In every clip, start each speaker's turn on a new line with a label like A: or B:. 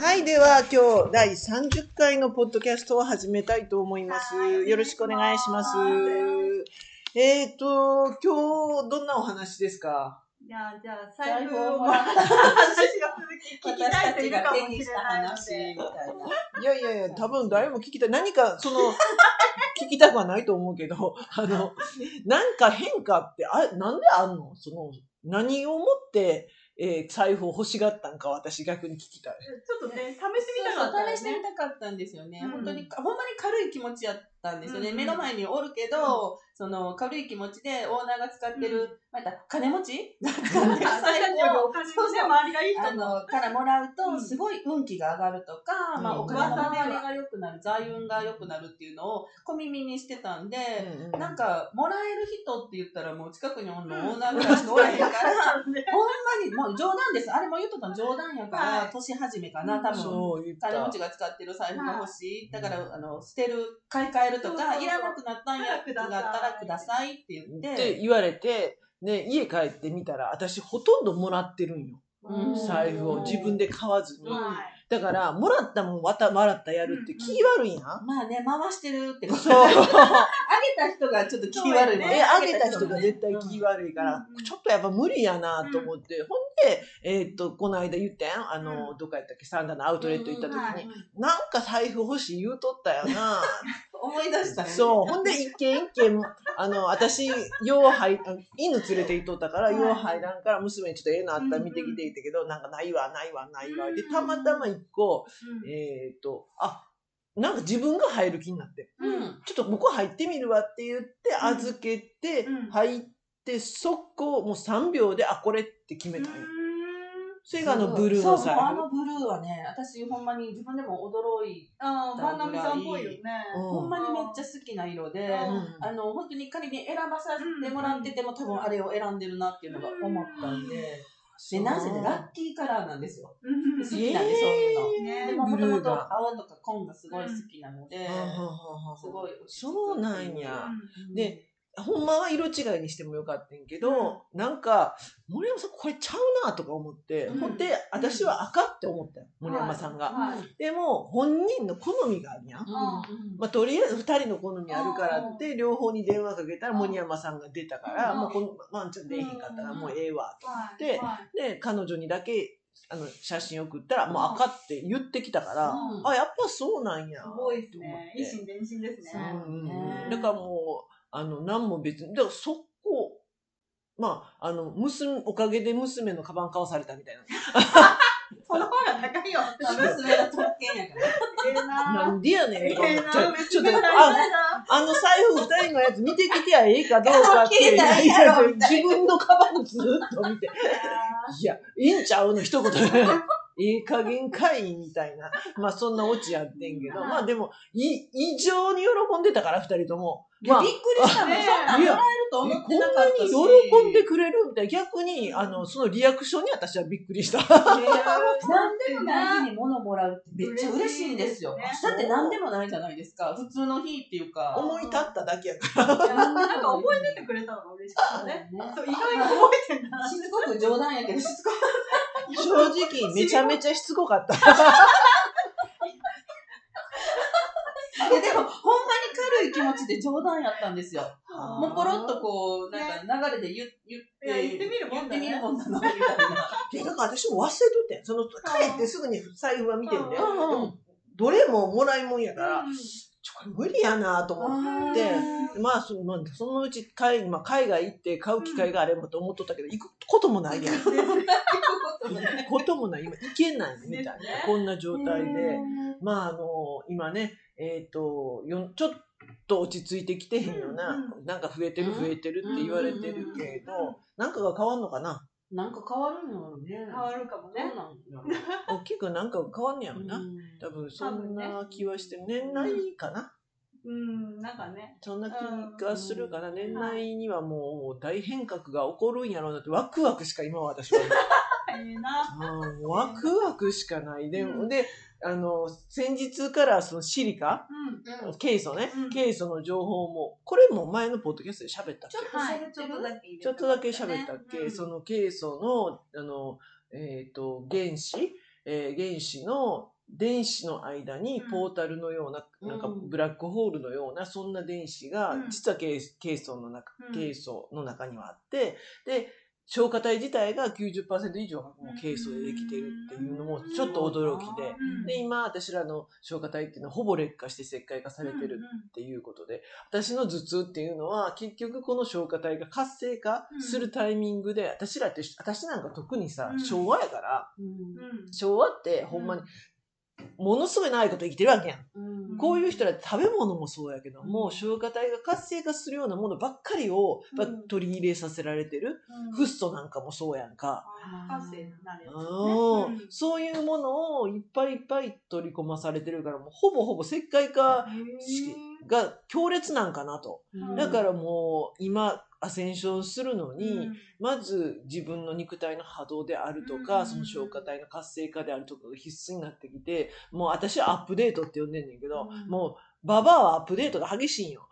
A: はい、では今日第30回のポッドキャストを始めたいと思います。
B: はい
A: よろしくお願いします
B: お願。
A: えっ、と、今日どんなお話ですか
B: じゃあ、じゃあ、
C: 財
B: 財
C: 布
B: 布
C: を
B: を
C: も
B: も
C: ら
B: ら
C: っ
B: ったた聞きたい人いるかもしれないので。
A: いやいやいや、多分誰も聞きたい。何か、その、 聞きたくはないと思うけど、あの、なんか変化って、あ、なんであんのその、何をもって、えー財布を欲しがったんか私逆に聞きたい。
B: ちょっとね、試してみたかった、ね。
C: 試してみたかったんですよね。
B: うん
C: 本当に、ほんまに軽い気持ちやったんですよね。
B: うん
C: 目の前におるけど、その軽い気持ちでオーナーが使ってる、
B: うん
C: また金持ちが使ってる
B: 財布
C: 財布
B: より
C: を
B: お金のね周りがいい
C: あ
B: 人の。
C: のからもらう
B: う
C: と、
B: ん
C: すごい運気が上がるとか、まあ、
A: うん
C: お金の周
B: 噂で
C: り
B: は
C: が良くなる、財運が良くなるっていうのを小耳にしてたんで、
A: うん
C: なんか、もらえる人って言ったらもう近くにおんの、
B: うん
C: オーナーぐらいしかおらへんから、
B: ね
C: ほんまに、もう冗談です。あれも言っとったの冗談やから、
B: はい
C: 年始めかな、多分。
A: そう言った。
C: 金持ちが使ってる財布が欲しい。
A: は
C: だ
A: い
C: から、あの、捨てる、買い替えると
B: そうそう
C: か、
B: そう
C: いらなくなったんや、
B: く
C: だ
B: だ
C: っ
B: さい
C: たらくださいって言っ
A: って
C: て。
A: 言われて、ね、家帰ってみたら、私ほとんどもらってるんよ。
C: うん
A: 財布を自分で買わずに。
B: は
A: だから、もらったもん、わた、もらったやるって気悪いやん。
C: まあね、回してるって こと。
A: そう。
C: あげた人がちょっと気悪いもん
A: え、
C: ね。
A: あげた人が絶対気
C: 悪
A: 悪いから
B: う、ん
A: ちょっとやっぱ無理やなと思って、ほんで、えーっと、この間言ったやん、あの、
B: う
A: どっかやったっけ、サンダのアウトレット行った時
B: うんは
A: に、
B: い
A: なんか財布欲しい言うとったよな。
C: 思い出したね。
A: そう。ほんで、一軒一軒、あの、私、よう入、あ犬連れて行っとったから、
B: はい
A: よう入らんから、娘にちょっとええのあったら見て
B: うんう
A: き
B: ん
A: て言ったけど、なんかないわ、ないわ、ないわ。で
B: う、ん
A: たまたま一個、えーっと、あ、なんか自分が入る気になって、
B: うん。
C: うん。
A: ちょっとここ入ってみるわって言って、
B: うん
A: 預けて
B: う、ん
A: 入って、そこ、もう3秒で、あ、これって決めたんよ。それがあの、ブルーの
C: そうそう
A: 財
C: あ
A: 布。
C: のブルーはね、私ほんまに自分でも驚い、
B: ああ、万波さんっぽいよね。
A: うん
C: ほんまにめっちゃ好きな色で、
B: うん
C: あの、本当に仮に選ばさせてもらってても、多分あれを選んでるなっていうのが思ったんで、で、なんせね、ラッキーカラーなんですよ。
B: うん
C: 好きなんで、そういうの。でも、
A: ブ
C: もと
A: ル
C: も
A: ーが
C: と青とか紺がすごい好きなので、すごい。
A: そうなんや。
C: うん。
A: でほんまは色違いにしてもよかったんけど、なんか、森山さんこれちゃうなとか思って、
C: うん
A: ほんで、私は赤って思ったよ、森山さんが。
B: はい
A: でも、本人の好みがあるやん。
C: うん
A: まあ、とりあえず二人の好みあるからって、両方に電話かけたら
C: うん
A: 森山さんが出たから、
B: うん
A: もうこのワンちゃん出えへんかったから
C: うん
A: もうええわ。
B: はい。
A: で
B: はい
A: で、彼女にだけ、あの、写真送ったら、もう赤って言ってきたから、
C: うん
A: あ、やっぱそうなんや。
B: すごいですね。
A: と思
B: 一
A: って
B: 心伝心ですね。
A: うん
C: ね
A: だからもう、あの、何も別に、だからそこ、まあ、あの、娘、おかげで娘のカバン買わされたみたいな。
B: その方が高 いよ。
C: 娘の特権やから。
B: ええな
A: なんでやねんと思っ
B: ええ
A: て
B: な。
A: ちょっと、あ、
B: あ、
A: あの財布二人のやつ見てきてやええかどうかっていう。
C: 関係ないやろみたいな
A: 自分のカバンずっと見て。いや、いいんちゃうの一言で。いい加減かいみたいな。まあそんなオチやってんけど。まあでも、い、異常に喜んでたから、二人とも。
C: いや
A: まあ
C: びっくりしたもん。
B: ねえ
C: そんなんもらえると
A: こんな
C: 思ってなかったし。
A: に喜んでくれるみたいな。逆に、あの、そのリアクションに私はびっくりした。
C: 何でもない日に物もらうってめっちゃ嬉しいんですよ。
B: 嬉しいです
C: だって何でもないじゃないですか。普通の日っていうか。
A: 思い立っただけやから。
B: なんか覚えててくれたのが嬉しかったね。そう、意外に覚えてんだ。
C: しつこく冗談やけど、しつこく。
A: 正直、めちゃめちゃしつこかった。
C: いやでも、ほんまに軽い気持ちで冗談やったんですよ。もうポロッとこう、なんか流れで言言って、
B: いや言ってみるもんだね
C: 言ってみるもんだな、みたいな。
A: いや、だから私も忘れとってん。その、帰ってすぐに財布は見てんだよ。
C: うんう
A: で
C: ん
A: もどれももらいもんやから、
B: うん
A: ちょ、これ無理やなと思って。まあ、そのまあそのうち海,、まあ、海外行って買う機会があればと思っとったけど、行くこともないやん。行くこともない。今行けないみたいな、
B: ですね
A: こんな状態で。
C: うん
A: まあ、あの、今ね、えっ、と、よちょっと落ち着いてきてへんよな、
B: う
A: なんか増えてる増えてるって言われてるけれど、なんかが変わんのかな
C: なんか変わるのよね。
B: 変わるかも
C: そう
B: ね。
C: なん
A: 大きくなんか変わんねや
C: や
A: ろ
C: ろ
A: な。
C: な。
A: 多分そんな気はして、年内かな、
B: うん、なんかね。
A: そんな気がするから、 年内にはもう大変革が起こるんやろうなって、ワクワクしか今は私は
B: ええな。
A: うんワクワクしかない。で、
B: うん
A: で、あの、先日からそのシリカ、
B: うん。
C: うん
A: ケイ素ね、
B: うん
A: ケイ素の情報も、これも前のポッドキャストで喋ったっけ
C: ちょっと
B: はい。
C: 喋って
B: ちょ
C: る
B: っとだけ入れて
A: ちょっとだけ喋ったっけ、
B: うん
A: そのケイ素の、あの、えっ、と、原子、えー原子の、電子の間にポータルのような、
C: うん
A: なんか
C: うん
A: ブラックホールのような、そんな電子が、
B: うん
A: 実はケイケイ素の中、
B: うん
A: ケイ素の中にはあって、で、消化体自体が90%以上がもうケイ素でできてるっていうのもちょっと驚きで、
B: うん
A: で、今私らの消化体っていうのはほぼ劣化して石灰化されてるっていうことで、私の頭痛っていうのは結局この消化体が活性化するタイミングで、私らって私なんか特にさ、
B: うん
A: 昭和やから
C: うん
B: うん。うん。
A: 昭和ってほんまにものすごい長いこと生きてるわけやん、
C: うん
A: こういう人らって食べ物もそうやけども、
C: うん
A: 消化体が活性化するようなものばっかりを、やっぱ
C: うん
A: 取り入れさせられてる、フッ素なんかもそうやんか、
B: 博士になるやつね
A: うん
B: うん
A: そういうものをいっぱいいっぱい取り込まされてるからもうほぼほぼ石灰化しが強烈なんかなと。
B: うん
A: だからもう今アセンションするのに、
B: うん
A: まず自分の肉体の波動であると
B: うんうん
A: か、
B: うん
A: その消化体の活性化であるとかが必須になってきてもう私はアップデートって呼んでんねんけど、
C: うん
A: もうババアはアップデートが激しいんよ。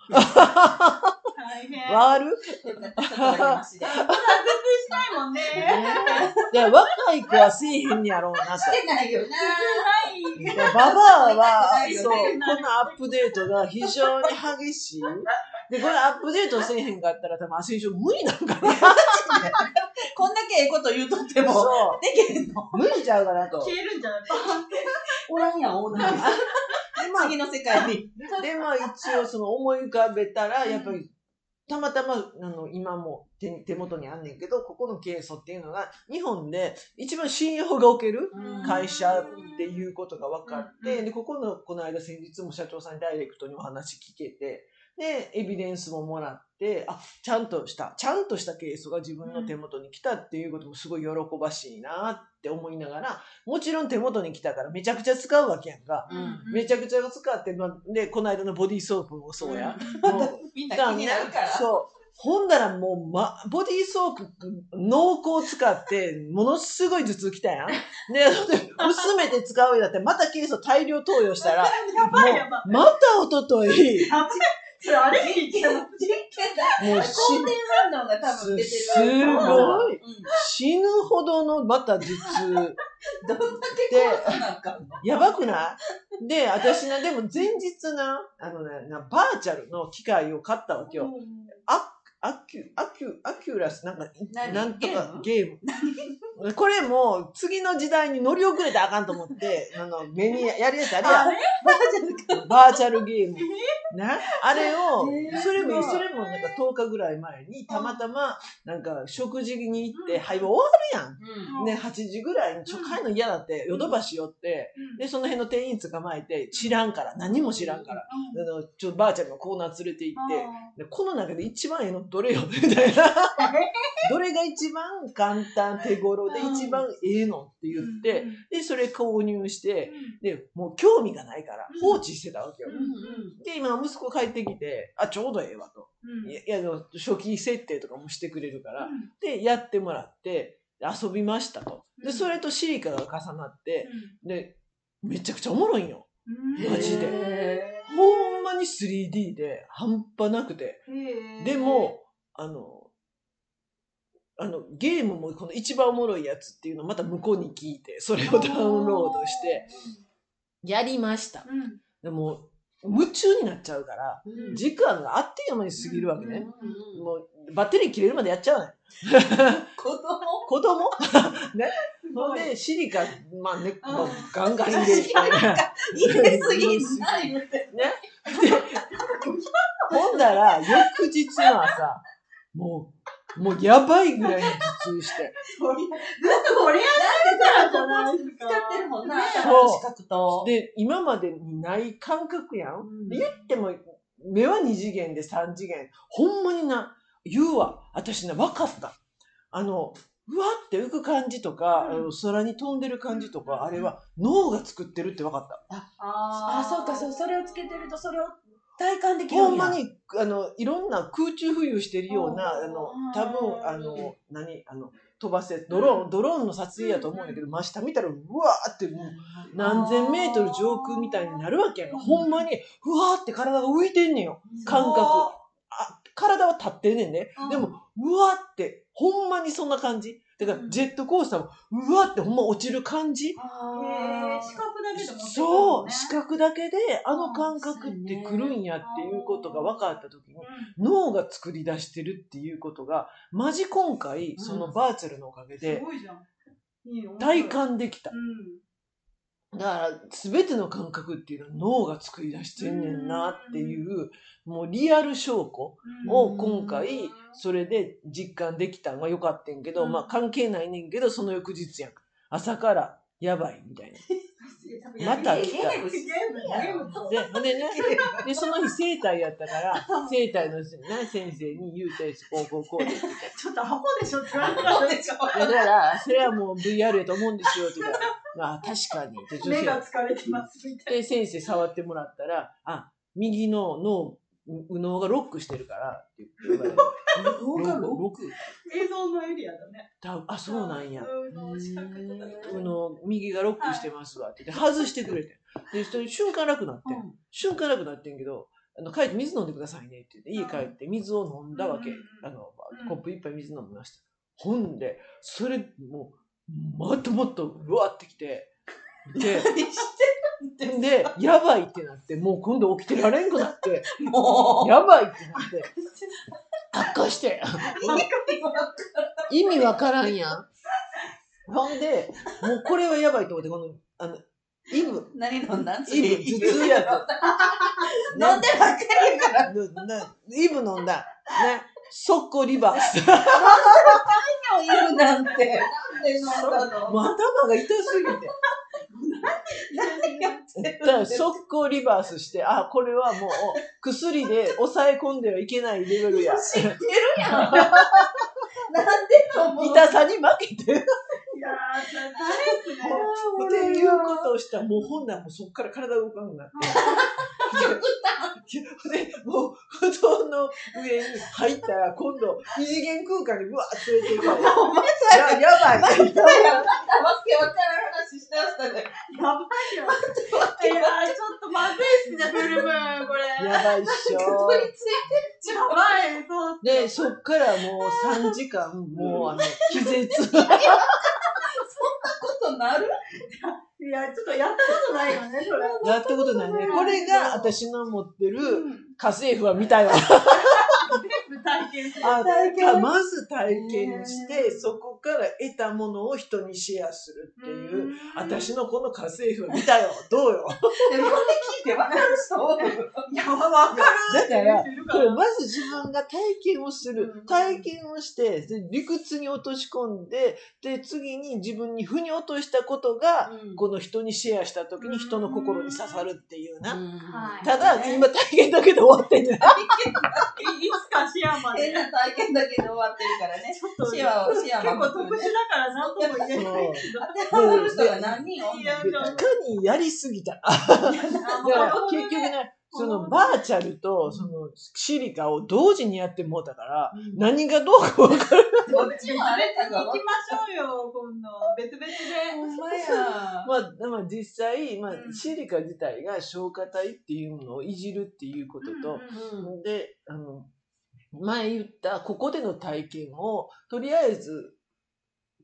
B: 大変。
A: わかる
C: ちょっとだ けマシで
B: 脱力したいもんね。
A: で若い子はせえへんやろうなと。
C: してないよな
B: はい。
A: いやババアは、そう、このアップデートが非常に激しい。で、これアップデートせえへんかったら多分アセンション無理なんかな。
C: こんだけええこと言うとっても
A: そ
C: できへんの
A: う。無理ちゃうかなと。
B: 消えるんじゃない
C: おらんやんオーナー次の世界に
A: でまあ一応その思い浮かべたらやっぱりたまたまあの今も手手元にあんねんけどここのケイ素っていうのが日本で一番信用が受ける
B: うん
A: 会社っていうことが分かって、
B: うん
A: でここのこの間先日も社長さんにダイレクトにお話聞けてでエビデンスももらってあちゃんとしたちゃんとしたケイ素が自分の手元に来たっていうこともすごい喜ばしいなって思いながらもちろん手元に来たからめちゃくちゃ使うわけやんか。
C: うん
A: めちゃくちゃ使って、まあ、で、この間のボディーソープもそうや。。もう
C: みんな気になるから
A: そう。ほんだらもう、ま、ボディーソープ、濃厚使って、ものすごい頭痛きたやん。 で、薄めて使うよだって、またケイ素大量投与した ら、
B: やばいやばい。
A: また一昨日
B: やばい。それあれ
C: 人権の人権だ
A: もうし
C: 肯定反応が多分出てる
A: すごい
C: うん
A: 死ぬほどのまた頭 痛。
C: どんだけ怖さなんか
A: やばくないで、私な、でも前日な、あのね、なバーチャルの機械を買ったわけよ。アアキュ、アキュ、アキュラス、なんか、
C: 何
A: なんとかゲ
C: ゲ
A: ーム。これも次の時代に乗り遅れたらあかんと思って、あの、目にやるやつあ
B: あ
A: れ
B: れ
A: やん。バーチャルゲーム。なあれを
C: えー、
A: それも、
C: すごい
A: それもなんか10日ぐらい前に、たまたま、なんか食事に行って、はい、終わるやん。
C: うん
A: ね、8時ぐらいに、ちょ、帰るの嫌だって、ヨドバシ寄って、で、その辺の店員捕まえて、知らんから、何も知らんから、あの、ちょ、バーチャルのコーナー連れて行って、でこの中で一番ええのどれよみたいな どれが一番簡単手頃で
B: うん
A: 一番ええのって言って、でそれ購入してでもう興味がないから
B: うん
A: 放置してたわけよ、
B: うん
A: で今息子帰ってきてあちょうどええわといやいやあの初期設定とかもしてくれるから、でやってもらって遊びましたと
B: う
A: で
B: ん
A: それとシリカが重なってでめちゃくちゃおもろいんよ
C: うん
A: マジで
C: へ
A: ほんまに 3D で半端なくてでも、あの、あの、ゲームもこの一番おもろいやつっていうのをまた向こうに聞いて、それをダウンロードして、、やりました。でも、夢中になっちゃうから、
C: ーうん
A: 時間があっという間に過ぎるわけ
C: うん
A: ね。
C: うん
A: もう、バッテリー切れるまでやっちゃうね。
C: 子供
A: 子供ね。ほ
B: ご
A: ん
B: い
A: で、シリカ、まあね、
B: うん
A: もうガンガン入れ る。
C: 入れすぎな言うて
A: ほんだら、翌日の朝、もう、もうやばいぐらいに頭痛して。
B: これやってたらじゃないです
C: 使
B: か。
C: ってるもんな
A: そう
C: 頭の視覚と
A: で、今までにない感覚やん。
C: うん
A: 言っても、目は二次元で三次元。ほんまにな、言うわ。私な、分かった。あの、うわって浮く感じとか、
B: うん
A: あの空に飛んでる感じと
B: うん
A: か、あれは脳が作ってるって分かった。
C: あ
B: あ
C: そうかそうそれをつけてるとそれを体感できる
A: ほん
C: や
A: まに、あの、いろんな空中浮遊してるような、
C: うん
A: あの
B: うん、
A: 多分、あの、何、あの、飛ばせ、ドローン、ドローンの撮影やと思うんだけど、真下見たら、うわーってもう、何千メートル上空みたいになるわけやんか。
B: うん
A: ほんまに、ふわーって体が浮いてんねんよ。感覚あ、体は立ってんねんね。
B: うん
A: でも、うわーって、ほんまにそんな感じ。だか
B: う
A: ら、
B: ん
A: ジェットコースターも、うわーってほんま落ちる感じ。
B: へー視覚だけでも
A: そう、視
B: 覚
A: 覚だけで、あの感覚ってくるんやっていうことが分かった時に、脳が作り出してるっていうことが、マジ今回、そのバーチャルのおかげ
B: す
A: で、
B: ごいじゃん。いいよ
A: 体。感できた
B: う。ん。
A: だから、すべての感覚っていうのは脳が作り出してんねんなっていう、もうリアル証拠を今
B: うん
A: 回、それで実感できたんが良かったんけど、
B: うん
A: まあ関係ないねんけど、その翌日やん。朝から、やばいみたいな。また来た
C: ゲームして
B: ゲー
C: る
B: ムだ
A: で、ほんでね、で、その日整体やった から、整体の、ね、先生に言うて、こうこうこうで。
B: ちょっとアホでし ょって言われたでしょ。
A: だから、それはもう VR やと思うんですよ、って言ったら、まあ確かに、って女
B: 目
A: 性
B: が
A: が
B: 疲れてますみたい
A: で、先生触ってもらったら、あ、右の脳、う右脳がロックしてるから、って言われて。
C: 脳がロック
A: ロック
B: な。映像のエリアだね。
A: たあ、そうなんや。
B: うん視覚とか
A: 右の右がロックしてますわって言って、外してくれて。で、それ瞬間楽になってん、
C: うん
A: 瞬間楽になってんけど、あの、帰って水飲んでくださいねって言って、家帰って水を飲んだわけ
B: うんうん。うん
A: あの
B: う、ん
A: コップ一杯水飲みました。ほんで、それ、もう、もっともっと、うわってきて、で、で、やばいってなって、もう今度起きてられんくな って、
C: も
A: やばいってなって、悪化して、意味わからんやん。ほんで、もうこれはやばいと思って、この、あの、イブ、
C: う、何飲んだん
A: イブ、頭痛 やと。
C: 飲んでばっかりやから。
A: ななイブ飲んだ。ね。速攻リバー ス。
C: イブな
B: なん
C: んて。
B: で飲んだの
A: もう頭が痛すぎて。
C: 何やって
A: だから
C: んです
A: 速攻リバースして、あ、これはもう薬で抑え込んではいけないレベルや。
C: 知って
A: 痛
C: るやん。なんで飲む
A: さに負けてる
B: いやー、大変ですね。
A: っていうことをしたら、もう本来もうそっから体動かんくなって。 で、もう、布団の上に入ったら、今度、異次元空間にうわー連れて行かれて。
C: お前さ、
A: ややばい。
C: またわけわからん話してましたね。
B: やばいよ。いやー、ちょっとまずいっすね、ブルブン、これ。 や
A: やばいっしょ。
C: 取り付い
B: ばい、そう。
A: で、そっからもう3時間、もうあの、気絶。
C: たことなる
B: いや、ちょっとやったことないよね、それ。
A: やったことないね。これが私の持ってる
B: うん
A: 家政婦は見たよ。
B: 全部体験して。
A: あ
C: 体験
A: まず体験し
C: ね
A: て、そこから得たものを人にシェアするっていう。私のこの家政婦は見たよ。どうよ。
C: でもこれ聞いてわかる人多い
B: いや、わか
A: だ
B: る
A: から、
B: いる
A: これまず自分が体験をす
B: う
A: る
B: ん。
A: 体験をして、で理屈に落とし込んで、で、次に自分に腑に落としたことが、この人にシェアした時に人の心に刺さるっていうな。
B: はい
A: ただ、
C: ね
A: 今体験だけで終わってんじゃない
B: いいつかシェアま
C: 変
B: で。
C: な体験だけで終わってるからね。
B: ちょっと
C: シェアをシェア
B: 結
C: ま
B: 構
C: で
B: 特殊だから何とも言えないけど。
C: 当てはまる人が何人おん
B: い
C: の
B: や
A: でいかにやりすぎた。だから 結局ね、そのバーチャルとそのシリカを同時にやってもうたから、何がどうか 分からない。
C: どっちもあれかが
B: 行
C: わ
B: き
C: か
B: ましょうよ、今度。別々で。
C: んない。ほんまや。
A: まあ、まあ実際、まあ
B: う、ん
A: シリカ自体が消化体っていうものをいじるっていうことと、
C: うん
A: で、あの、前言ったここでの体験を、とりあえず、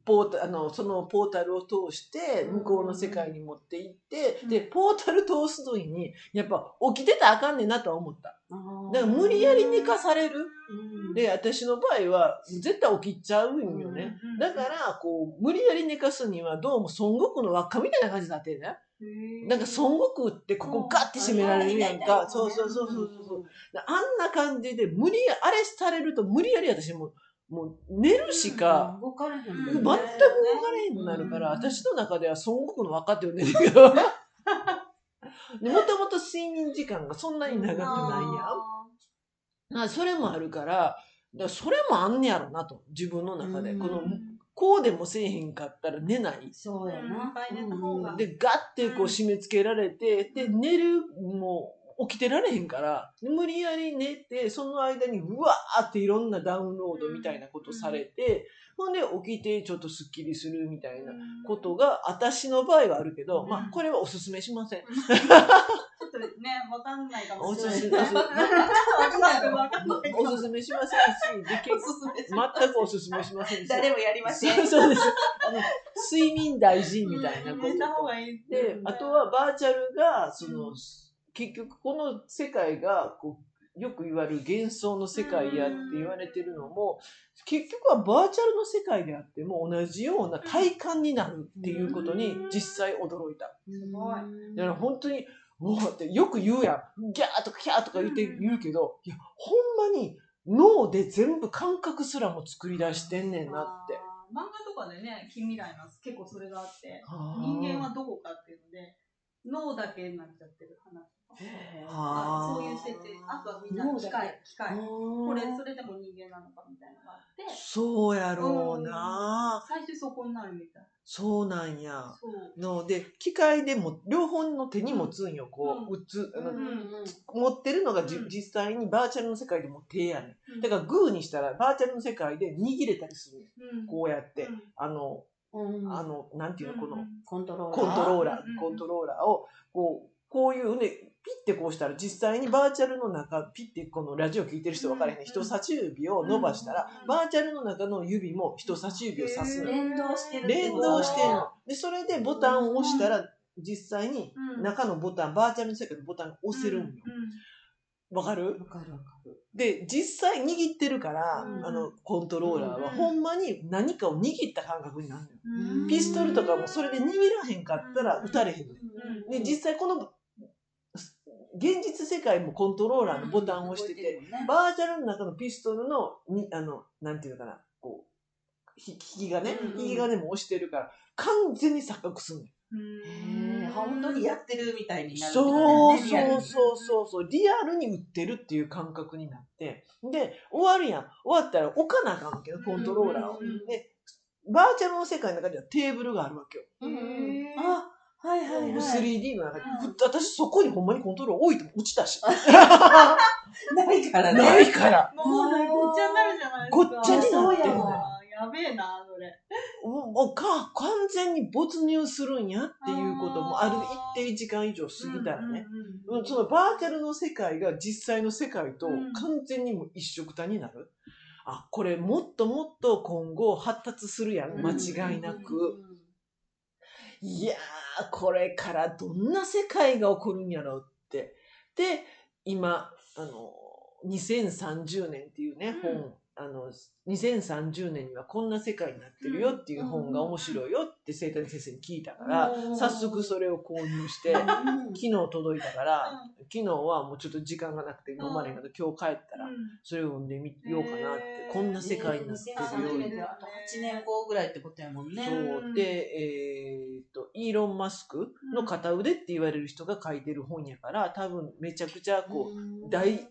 A: ポータあのそのポータルを通して向こうの世界に持って行って、
B: うん
A: でポータル通す時にやっぱ起きてたらあかんねんなとは思った。だから無理やり寝かされる。
C: うん
A: で、私の場合は絶対起きちゃうんよね。
B: うんうんうん
A: だから、こう、無理やり寝かすにはどうも孫悟空の輪っかみたいな感じになってるね。なんか孫悟空ってここガッて締められるやんか。そうそうそうそうそう。であんな感じで無理や、あれされると無理やり私もう、もう寝るしか、
C: 動かれへん
B: う
A: 全く動
B: んうん
A: かれへんくなるから、私の中では孫悟空の輪っかって呼んでるけど。 でもともと睡眠時間がそんなに長くないやん。まあ、それもあるから、だからそれもあんねやろなと、自分の中で。
C: うん
A: この、こうでもせえへんかったら寝ない。
C: そうや
B: うんい
C: な
B: っぱい寝た方が
A: で、ガッてこう締め付けられて、で、寝る、も起きてられへんから、無理やり寝て、その間にうわーっていろんなダウンロードみたいなことされて、ほんで起きてちょっとスッキリするみたいなことが、私の場合はあるけど、
B: うん
A: まあ、これはおすすめしません。
B: ちょっとね、わかんないかも
A: お
B: し
A: す
B: れない。
A: す
B: ち
A: め、
B: ょ
A: お
B: っと
A: す
B: わかんないかもしれ
A: お
B: ない。
A: すすめしませんし、で
C: お
A: 結
C: すすめします
A: 全くおすすめしませんし。
C: 誰もやりません。
A: そうそうです。あの、睡眠大事みたいな
B: うん
A: こと
B: 寝
A: と
B: た方がいいって
A: で
B: ね、
A: あと、はバーチャルが、その、
B: うん
A: 結局この世界が、こう、よく言われる幻想の世界やって言われてるのも、結局はバーチャルの世界であっても同じような体感になるっていうことに
B: うん
A: 実際驚いた。
C: す
B: ごい
A: だから本当に、もうってよく言うやん。ギャーとかキャーとか言って
B: うん
A: 言うけど、いや、ほんまに脳で全部感覚すらも作り出してんねんなって。
B: あー漫画とかでね、近未来の結構それがあって、
A: あー
B: 人間はどこかっていうので、脳だけになっちゃってる話とか。
A: あー
B: そういう設定。あとはみんな機械、機械。こ
A: こ
B: れ、それでも人間なのかみたいなのがあって、
A: そうやろうな、
B: 最終そこになるみたいな。
A: そうなんや
B: そう。
A: ので機械でも両方の手に持つんよこう、うつあの
C: うんうん
A: 持ってるのがじ、
B: うん
A: 実際にバーチャルの世界でも手やね
B: うん
A: んだからグーにしたらバーチャルの世界で握れたりするねん
B: うん
A: こうやって、
B: うん
A: あの
C: うん
A: あのなんていうのこの、
B: うん
C: コントローラー。
A: コントローラ
B: うんうん
A: ー、コントローラーを、こう、こういうね、ピッてこうしたら、実際にバーチャルの中、ピッてこのラジオ聞いてる人分からへん
B: うんう
A: ね、
B: ん
A: 人差し指を伸ばしたら
B: うんうん、
A: バーチャルの中の指も人差し指を刺すの
B: へー
A: よ。
C: 連動してるって
A: 連
C: こと
A: 動してんの。で、それでボタンを押したら、実際に
B: うん
A: 中のボタン、バーチャルの世界のボタンを押せるんよ。わかる
C: わかるわかる。
A: で、実際握ってるから、
B: うん
A: あの、コントローラーは、
B: うん
A: ほんまに何かを握った感覚になるのよ。
B: うんうん
A: ピストルとかもそれで握らへんかったら撃たれへんのよ。
B: うん
A: で実際このす現実世界もコントローラーのボタンを押してて、
C: 動いるもんね、
A: バーチャルの中のピストルのにあのなんていうのかなこうひ引きがね
B: うんうん
A: 引きがねも押してるから完全に錯覚するのよ、
C: へー本当にやってるみたいになるってこと
A: そう
C: ねリアル
A: そう
C: に
A: そうそうそうリアルに売ってるっていう感覚になってで終わるやん終わったら置かなあかんわけよコントローラーを、
B: うんうんうん
A: でバーチャルの世界の中ではテーブルがあるわけよ、
C: うんうん
B: へー
C: あ、はいはいはい。
A: もう 3D の中で、
B: うん
A: 私そこにほんまにコントローラー置いても落ちたし
C: ないからね。
A: ないから
B: もうねごっちゃになるじゃないですか。
A: ごっちゃになって
C: んだ
B: あ
C: よ
B: ーやべえな、それ。
A: もうもうか完全に没入するんやっていうこともある
B: あー
A: 一定時間以上過ぎたらね、
B: うんうんうん。
A: そのバーチャルの世界が実際の世界と
B: うん
A: 完全にもう一緒くたになる、あこれもっともっと今後発達するやん間違いなく、いやーこれからどんな世界が起こるんやろうってで今あの2030年っていうね、
B: うん
A: 本あの2030年にはこんな世界になってるよっていう本が面白いよって生態先生に聞いたから、
C: うん
A: 早速それを購入して、
C: うん。
A: 昨
C: うん
A: 日届いたから、昨日はもうちょっと時間がなくて飲まれへんけど、今日帰ったら
B: うん
A: それを読んでみようかなって、
B: へー
A: こんな世界になってるよ
C: 2030年であと8年後ぐらいってことやもんね。
A: そううんで、えーっとイーロン・マスクの片腕って言われる人が書いてる本やから多分めちゃくちゃこう、
C: うん
A: 第
B: うん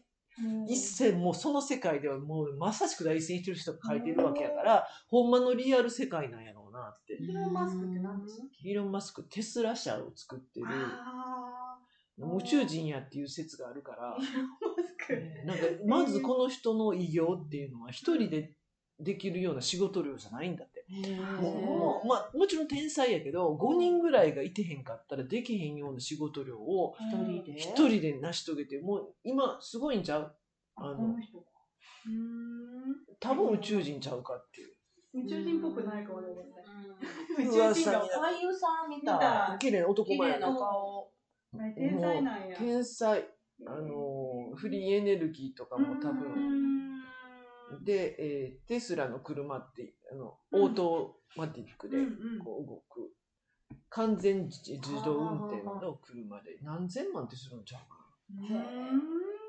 A: 一線もうその世界ではもうまさしく第一線してる人が書いてるわけやから、ほんまのリアル世界なんやろうなって。
B: イーロンマスクって何でしたっ
A: イーロン・マスクテスラ社を作ってる
B: あー
A: 宇宙人やっていう説があるから
B: ーイーロンマスク。
A: なんかまずこの人の偉業っていうのは一人でできるような仕事量じゃないんだって。
C: へー
A: もうまあ、もちろん天才やけど5人ぐらいがいてへんかったらできへんような仕事量を
C: 一人で。
A: 一人で成し遂げてもう今すごいんちゃうあ
B: こ
A: の
B: の人か。うー。
A: 多分宇宙人ちゃうかっていうん
B: 宇宙人っぽくないかもしれない。
A: ん
B: 宇宙人
A: 噂
B: が
A: にな
C: 俳優さんみ
B: 見た
C: たい。
A: 綺麗な男
C: 綺
A: 前
C: 麗
A: や
C: な
A: な
C: 顔。
B: 天才なんや。
A: 天才あのーフリーエネルギーとかも多
B: う
A: 分
B: ん
A: で、えーテスラの車ってあの
B: うん
A: オートマティックで
B: うんうん
A: こう動く完全自自動運転の車で何千万ってするんちゃうか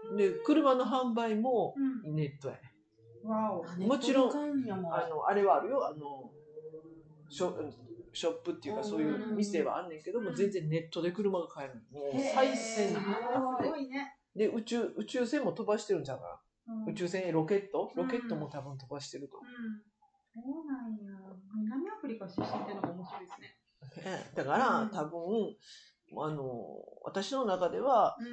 B: う
A: なで車の販売も
B: ん
A: ネットやね
B: うんわお。
A: もちろん
C: ネットで買うんやもん
A: あのあれはあるよあのショショップっていうかそういう店はあんねんけども全然ネットで車が買えるもう最先
C: へ
A: 端
B: あーすごいね。
A: で宇宙宇宙船も飛ばしてるんちゃうか
B: うん
A: な宇宙船ロケットロケットも多分飛ばしてると思
B: うんそうなんや。南アフリカ出身ってのが面白いですね。
A: う、ねだから多分あの私の中では
B: うん。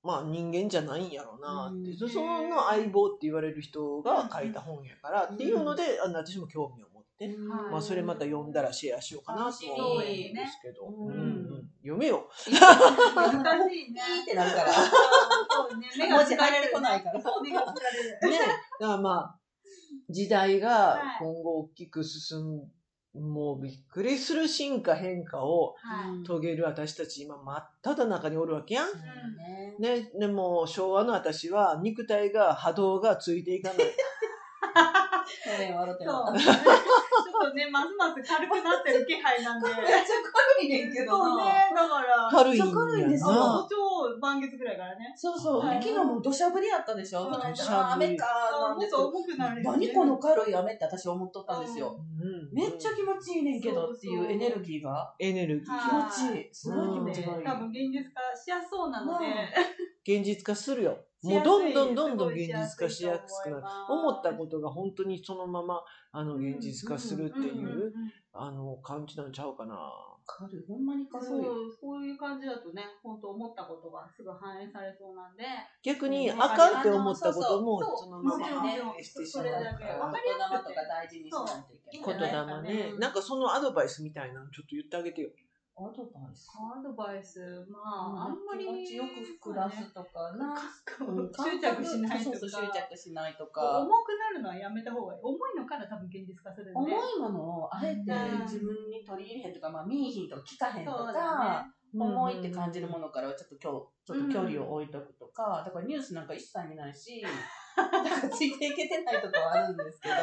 A: まあ人間じゃないんやろうなって、
C: うん
A: そその相棒って言われる人が書いた本やから、っていうのであの私も興味を持って、
B: うん
A: まあ、それまた読んだらシェアしようかなとは思うんですけど、う
C: 楽しみ
A: んうん読めよ
B: 難しい ね。
C: ピーってなるから
B: そうね。目が
C: 文
B: 疲
C: 字
B: れ
C: 入って
B: る
C: こないから
B: そう目が疲れる。
A: ね、だからまあ、時代が
B: はい
A: 今後大きく進む、もうびっくりする進化変化を
B: はい。
A: 遂げる私たち今真っ只中におるわけやん。
C: そうね
A: ね、でも昭和の私は肉体が波動がついてい かない。
C: 去年笑っても
B: そう。
C: めっち
B: ちょっとね、ますます軽くなってる気配なんで。
C: ゃ軽いねんけ
B: そ
C: ど
B: うね
C: な。、
B: だから。
A: 軽いん
C: 軽い
A: や
C: んですよ
A: な。
B: あ超満月ぐらいからね。
C: そうそう、
B: はい
C: 昨日も土砂降りやったでしょ、
B: うん
C: あ
B: 土
A: 砂降り
C: ー雨か
B: あ
C: なん
B: も
C: で
B: っ
C: すけ
B: と
C: ど
B: 重くなるよね。
C: 何この軽い雨って私思っとったんですよ、
A: うん
C: めっちゃ気持ちいいねんけどってい
B: そう
C: う
B: そう
C: エネルギーが
A: エネルギ
C: 気
B: は
A: ー。
B: い
C: 持ちいいすごい気持ちがいい、
B: 多分現実化しやすそうなので。
A: 現実化するよ。
B: し
A: もう
B: やすい
A: どんどんどんどん現実化し
B: すごい
A: や
B: しや
A: す
B: すい
A: くなる
B: と思います。
A: 思ったことが本当にそのままあの
B: うん
A: 現実化するってい
C: ん
A: う
B: うんうん
A: あの感じなんちゃうかな。
C: 軽いほんまに軽い
B: そう、そういう感じだとね、本当思ったことがすぐ反映されそうなんで。
A: 逆に
C: ね
A: あかんって思ったこと
B: あの
A: も
B: そうそう
A: そのまま
C: そう
A: 反
C: もちろん
A: 映してしまう
B: それだ
A: か
B: け
A: ら
B: わか。
C: 言霊とか大事にしないといけ
B: そう
C: ない
A: 言霊ね
C: う、ん
A: なんかそのアドバイスみたいなのちょっと言ってあげてよ。
C: アドバイス
B: アドバイス、まあ、あんまり。
C: 気持ちよく膨らすとかな、
B: そうね。執着しないとか。
C: そうそう執着しないと
B: 重
C: か
B: くなるのはやめた方がいい。重いのから多分現実化するんで。
C: 重いものをあえて自分に取り入れへんとか、まあ、見いひんとか聞かへんと
B: そう
C: か、
B: だね。
C: 重いって感じるものからはちょっと今日、ちょっと距離を置いとくとか、だからニュースなんか一切見ないし、なんかついていけてないとかはあるんですけど、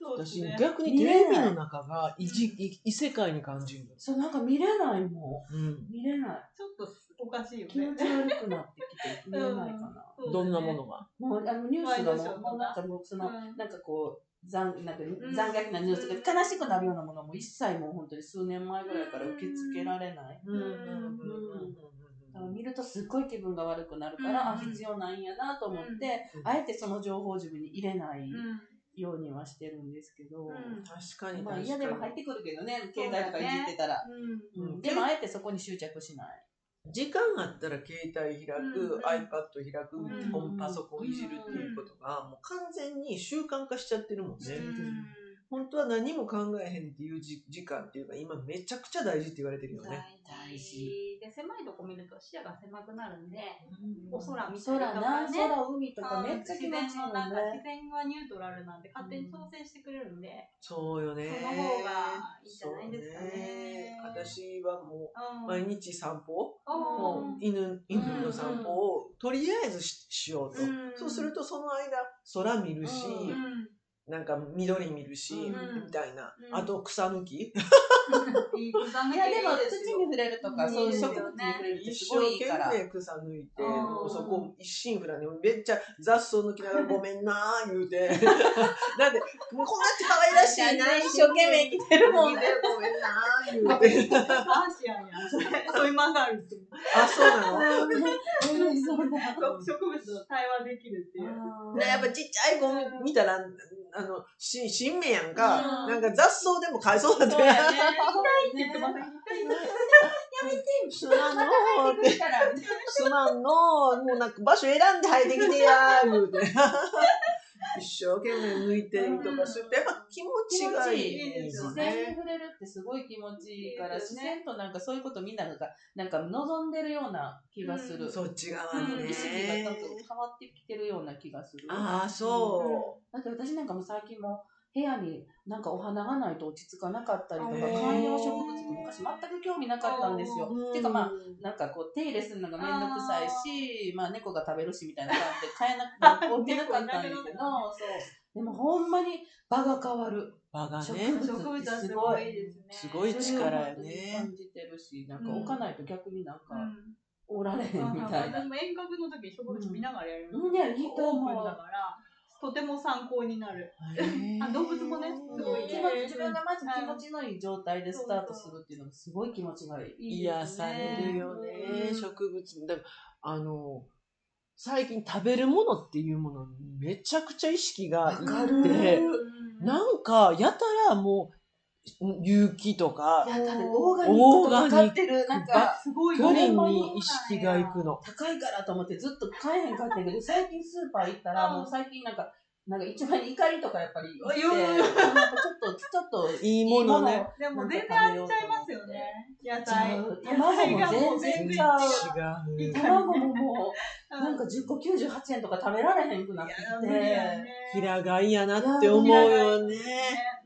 B: そうです
A: 私
B: ね。
A: 逆にテレビの中が異次異異世界に感じるの。
C: そう、なんか見れないも
A: うん。
C: ん。見れない。
B: ちょっとおかしいよね。
C: 気持ち悪くなってきて、見れないかな。
B: そうだね
A: どんなものが。
C: もう、あの、ニュースが
B: ワイドショー
C: も
B: とか
C: う、もうなんかもう、その、
B: うん
C: なんかこう、残なんか
B: ん
C: 残虐なニュースとか、悲しくなるようなものも一切もう本当に数年前ぐらいから受け付けられない。
A: うんうんうんう
C: だから
A: んうん。
C: 見るとすっごい気分が悪くなるか
B: うん
C: ら、あ、必要ないんやなと思って、
A: うん
C: あえてその情報を自分に入れない。
B: うん。
C: ようにはしてるんですけど、
B: うん
A: 確かに確
C: ま
A: か
C: あ
A: に。
C: 嫌でも入ってくるけどね、携帯とかいじってたら。
B: うん。
A: う
C: う
A: だね
C: ん、でもあえてそこに執着しない。
A: 時間あったら携帯開
B: うんう
A: く、
B: ん
A: iPad 開く、
C: うん
A: コンパソコンいじるっていうことが、もう完全に習慣化しちゃってるもんね。本当は何も考えへんっていうじ時間っていうか今めちゃくちゃ大事って言われてるよね。
B: 大事で狭いとこ見ると視野が狭くなるんで、
A: うん
B: お空見たり
C: 空
B: と
C: な、
B: かね
C: 空、海とかめっちゃ気持ちいい
B: 自然のなんか自
C: ね。
B: 然はニュートラルなんで勝手に調整してくれるんで、
A: そうよね。
B: その方がいいんじゃないですかね
A: そう私はもう
B: う
A: ん毎日散歩、
B: う
A: もうん犬犬の散歩をとりあえずししようと。
B: うん
A: そうするとその間空見るし、
C: う
B: う ん
A: なんか緑見るし、
B: うん
A: みたいな、
B: うん
A: あと草抜き、
B: いい草抜
C: い
B: け
C: やでも
B: いい
C: 土に触れるとか、
B: うん
C: そういう植物に触れるって
A: 一
C: す
A: 生
C: ごいいい
A: 懸
C: から。
A: 命草抜いて、
B: うん
A: もうそこ一心不乱に、めっちゃ雑草抜きながらごめんなー言うて。だって、もうこんな可愛らしいなー
C: 一生懸命生きてるもんね。
A: ごめんなー言うて。
B: アーシアンやんそれそういう漫画あるって
A: あ、そうなのね
C: うん そうだ
B: 植物と対話できるっていう、
A: やっぱちっちゃいゴミ見たら、あの、し新芽やんか、
B: うん
A: なんか雑草でも買いそうだった
C: そうやね。
B: 言ってます
A: すまんのーって、すまんのーもうなんか場所選んで生えてきてやー言うて。一生懸命抜いてとかすると、やっぱ気持ちがいい
B: 気持ちいいですよ
C: 自
B: ね
C: 然に触れるってすごい気持ちいいから、
B: いいです
C: 自
B: ね
C: 然となんかそういうことみんながなんか望んでるような気がする。
B: うん
A: そっち側
B: う
A: の
B: ん
A: ね
C: 意。識が多分変わってきてるような気がする。
A: ああ、そ
C: だって私なんかも最近も部屋になんかお花がないと落ち着かなかったりとか、
B: へ
C: 観
B: ー
C: 葉植物とか昔全く興味なかったんです
A: う。
C: よ。
A: うん
C: てかまあ、なんかこう手入れするのがめんどくさいし、まあ猫が食べるしみたいな感じで買えなくて、置けなかったんやけど、そう
B: 猫いなく。
C: でもほんまに場が変わる。
A: 場が
C: 植
A: ね
C: 物、
B: 植物はすごいですね
A: すごい力やね
C: 感。じてるし、なんか置かないと逆になん
B: う
C: か、
B: ん
C: おられへんみたいな
B: 私。も遠隔の時植物見ながらやる
C: うんねいいと思う
B: オープンだからとても参考になるあ動物もねすごい
C: 気
B: ね
C: 持ち自分がまず気持ちのいい状態でスタートするっていうのがすごい気持ちがいい。
A: 癒されるよね、植物。だからあの、最近食べるものっていうものにめちゃくちゃ意識がい
C: わか
A: っ
C: る
A: て、
B: うん
A: なんかやたらもう、有機とか
C: いや、多分オーガニックとか買ってる、なんか、
B: すごい
A: 五
B: ね。
A: 輪に意識がいくの。
C: 高いからと思ってずっと買えへんかったけ ど、最近スーパー行ったら、もう最近なんか、なんか一番に怒りとかやっぱり行って、
B: うん
C: なんかちょっと、ちょっと、
A: いいものね。
B: でも全然味ちゃいますよね。野菜。
C: 違う
B: 野菜がもう
A: 全然
B: 全然
A: 違
B: 違う
C: 違う。
A: う。
C: 卵ももう、
B: な
C: なんか10個98円とか食べられへんくなってきて、
B: ね。
A: 平飼いやなって思うよね。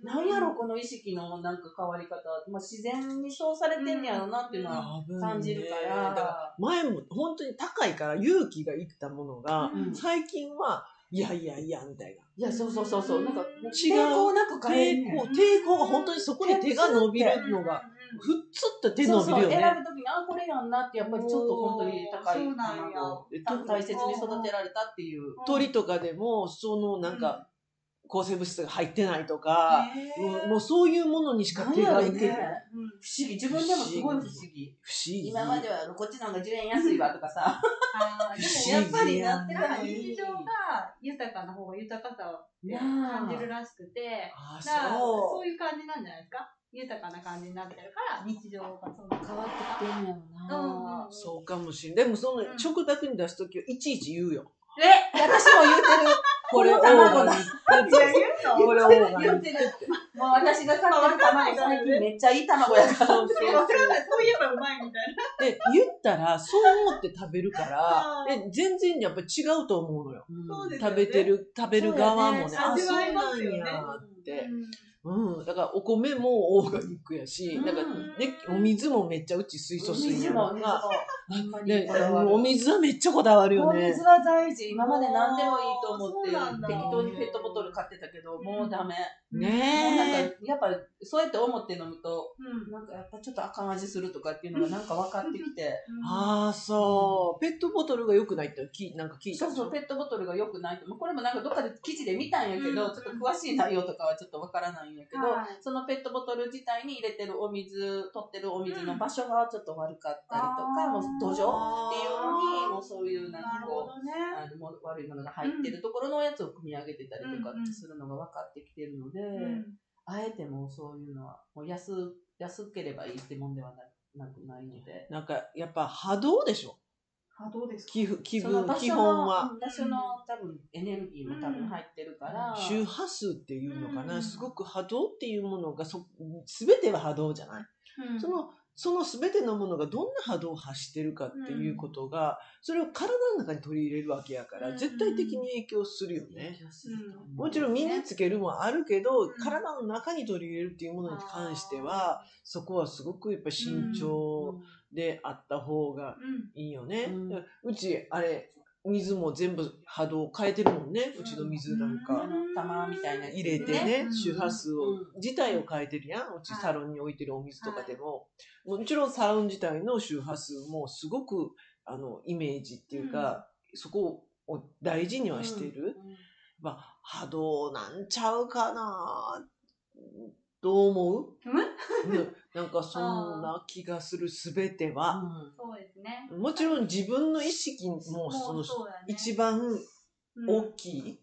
C: なんやろこの意識のなんか変わり方、まあ、自然にそうされてんねやろなっていうのは
A: 多分ね
C: 感じるから、
A: だから前も本当に高いから勇気がいったものが、
C: うん
A: 最近はいやいやいやみたいな。
C: いや、そうそうそうそう、なんか、もう
A: 違う
C: 抵抗なく買え
A: 抵
C: んねん
A: 抗、抵抗が本当にそこに手が伸びるのが、。ふっつって手伸びるよ
C: そうそう
A: ね。
C: 選ぶときに、あ、これやんなって、やっぱりちょっと本当に高
B: おーそ
C: いう
B: なんや
C: 卵を
A: え
C: た
A: 特に
C: 大切に育てられたっていう。
A: 鳥とかでも、そのなんか、抗生物質が入ってないとか、うんもうそういうものにしか
C: なん
A: 手
C: やろ
A: が
C: ね
A: いけない。
C: 不思議。自分でもすごい不思議。
A: 不思議。
C: 今まではこっちの方が10円安いわとかさ。
B: でもやっぱりなってた日常が豊かな方が豊かさを感じるらしくて、
A: あ
B: だから
A: そ
B: そういう感じなんじゃないですか豊かな感じになってるから日常がそんな
C: 変わってきてんやろ
B: うんうんう。
C: な
A: う。
B: ん
A: そうかもしれん。でもその
B: うん
A: 食卓に出すときはいちいち言うよ。
B: え
C: 私も言うてる。
A: これオー
C: この
A: ガ
C: 卵
A: ニ
C: だ
A: ックだって。これオーガニ
C: 言
A: ッ
C: う
A: ク。
C: てる。もう私が買ってる卵最近めっちゃいい卵やから。
A: そうそうそう。
B: そういえばうまいみたい
A: で、言ったら、そう思って食べるから
B: あ、ー
A: え全然やっぱ違うと思うのよ。
B: そうですよ
A: 食べ
B: ね
A: てる、食べる側もね、あ、
B: 味
A: そう
B: わえま
A: な
B: す
A: ん
B: よね
A: やって。
B: な。
A: うん。だから、お米もオーガニックやし、
C: うん
A: なんか、ね、お水もめっちゃうち水素
C: お
A: 水
C: 水
A: や
C: も、お
A: ん
C: 水
A: か。
C: も。ほんまに
A: ね
C: こだわる
A: お水はめっちゃこだわるよ
C: お
A: ね。
C: 水は大事。今まで何でもいいと思って
B: そうなん、だ
C: 適当にペットボトル買ってたけど、もうダメ。もうなん
A: ね
C: か、やっぱ、そうやって思って飲むと、
B: うん
C: なんかやっぱちょっとあかん味するとかっていうのがなんか分かってきて、
A: ああ、そう。ペットボトルが良くないってきなんか聞いた
C: そう
A: でしょ。
C: そう、ペットボトルが良くないって、まあこれもなんかどっかで記事で見たんやけど、
B: うん
C: ちょっと詳しい内容とかはちょっと分からないんやけど、
B: はい
C: そのペットボトル自体に入れてるお水、取ってるお水の場所がちょっと悪かったりとか、
B: うん
C: もう土壌っていうの
A: あ
C: に、
A: ー
C: もうそういうなん
B: な
C: か
B: る
C: こう
B: ほ、どね。
C: あのもう悪いものが入ってるところのやつを組み上げてたりとか
B: うんうん
C: するのが分かってきてるので、
B: うん
C: あえてもうそういうのはもう安安ければいいってもんではななくないので
A: なんか、やっぱ波動でしょ。
B: あどうですか
A: 寄付、寄
C: その
A: 付、
C: 場
A: 基
C: 所
A: 本
C: の
A: は。
C: うん場所の多分エネルギーも多分入ってるから、
A: 周波数っていうのかな、
B: うん
A: すごく波動っていうものがそ全ては波動じゃない、
B: うん
A: そのその全てのものがどんな波動を発してるかっていうことが、それを体の中に取り入れるわけやから、
B: うん
A: 絶対的に影響するよ
C: 影
A: ね、
C: 響すると思う
A: もちろん身につけるもあるけど、
B: うん
A: 体の中に取り入れるっていうものに関しては、そこはすごくやっぱ慎重であった方が
B: うん
A: いいよね、
C: うん
A: だからうちあれ水も全部波動を変えてるもんねうちの水なんか。
C: あの玉みたいなやつ
A: 入れてね
B: うん
A: 周波数を、
C: うん
A: 自体を変えてるやんうち
B: はい
A: サロンに置いてるお水とかでも、もちろんサロン自体の周波数もすごくあのイメージっていうか、そこを大事にはしてる、
C: うんうん
A: まあ波動なんちゃうかなどう思う、うんなんかそんな気がする全ては、
B: そうですね。
A: もちろん自分の意識もその
B: そうだね
A: 一番
B: うん
A: 大きい、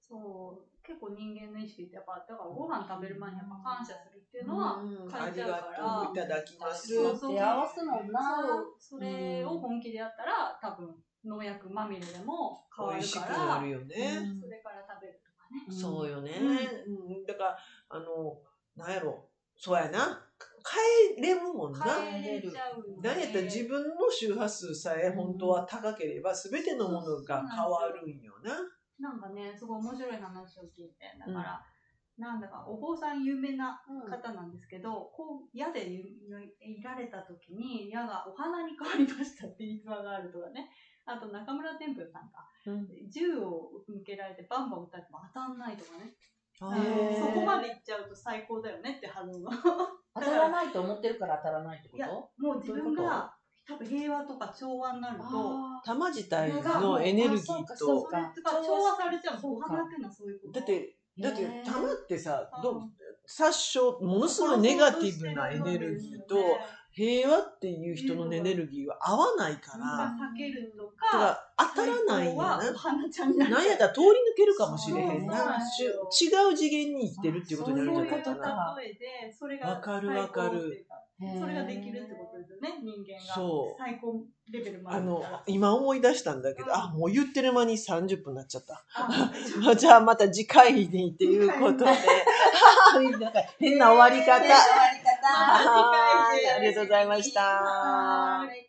B: そう結構人間の意識ってやっぱだからご飯食べる前にやっぱ感謝するっていうのは、
A: うん
B: 書いてあるから
A: ありがとういただきます
B: そうそう
C: 手合わすもんな
B: そうそれを本気でやったら多分農薬まみれでも変わ
A: 美
B: る
A: 味し
B: か
A: く
B: ら
A: なるよね、
B: それから食べるとかね。
A: そうよね、
B: うん
A: うんだからあのなんやろそうやな変えれるもんな
B: 変えれちゃうよね。
A: なんやったら自分の周波数さえ本当は高ければ全てのものが変わるんよな
B: なんかねすごい面白い話を聞いてだから、なんだかお坊さん有名な方なんですけど、こう矢でゆいられた時に矢がお花に変わりましたっていう逸話があるとかねあと中村天風さんが
A: うん
B: 銃を向けられてバンバン撃たれても当たんないとかね
A: あ
C: へ
A: ー
C: ー
B: そこまでいっちゃうと最高だよねって波動が
C: 当たらないと思ってるから当たらないってこ
B: いや
C: と
B: もう自分が多分平和とか調和になると
C: あ
A: 玉自体のエネルギー
C: あそうかそ
A: と
C: う
B: それとか調和されちゃう
C: そう
B: お
C: か
B: 花っていうのはそういうこと
A: だってだって
C: へー
A: 玉ってさ
B: うん
A: ど殺傷ものすごいネガティブなエネルギーと平和っていう人のエネルギーは合わないか
B: なん
A: ら、
B: か避けると
A: だか
B: か、
A: ら当たらない
B: 最
A: ん
B: 高
A: や
B: は
A: な
B: お。花ちゃんになっちゃう
A: なんやったら通り抜けるかもしれへん
B: そうそう
A: な。
B: なん
A: し
B: よ
A: ゅ違う次元に生きてるっていうことになるんじゃないか
C: そういうこと
A: な。
C: か
B: 例えで、それが
A: わかるわかる
B: 最高っていうかそれができるってこと
C: で
B: ですよね、人間が。
A: そう
B: 最高レベルまで
A: あ
B: 行っ
A: の
B: たら。、
A: 今思い出したんだけど
B: う、ん
A: あ、もう言ってる間に30分になっちゃった。
B: あ
A: まあじゃあまた次回にっていうことで、 なんか 変な終わり
C: 終わ
A: 方。
C: り方。
A: はいありがとうございました。
B: はーい